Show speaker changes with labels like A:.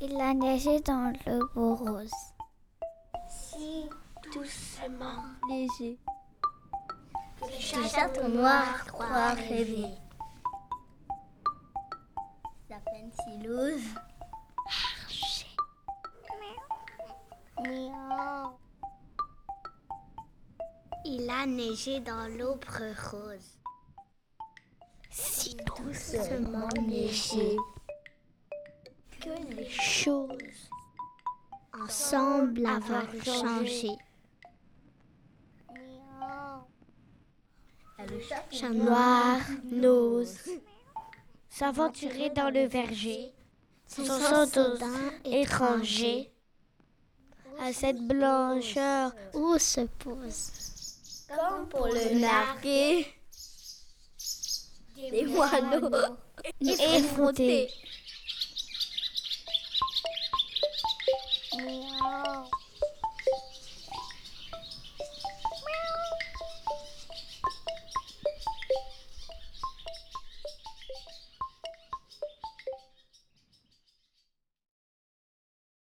A: Il a neigé dans le beau rose.
B: Si doucement
A: Léger.
B: les châteaux noirs croient rêver.
A: La peine silose.
B: Il a neigé dans l'aubre rose. Si doucement neigé que les choses ensemble avoir changé. Chat noir n'ose s'aventurer dans le verger, son sang d'odin étranger à cette blancheur
A: Où se pose
B: comme pour le narguer. Des moineaux effrontés.
A: Miaou.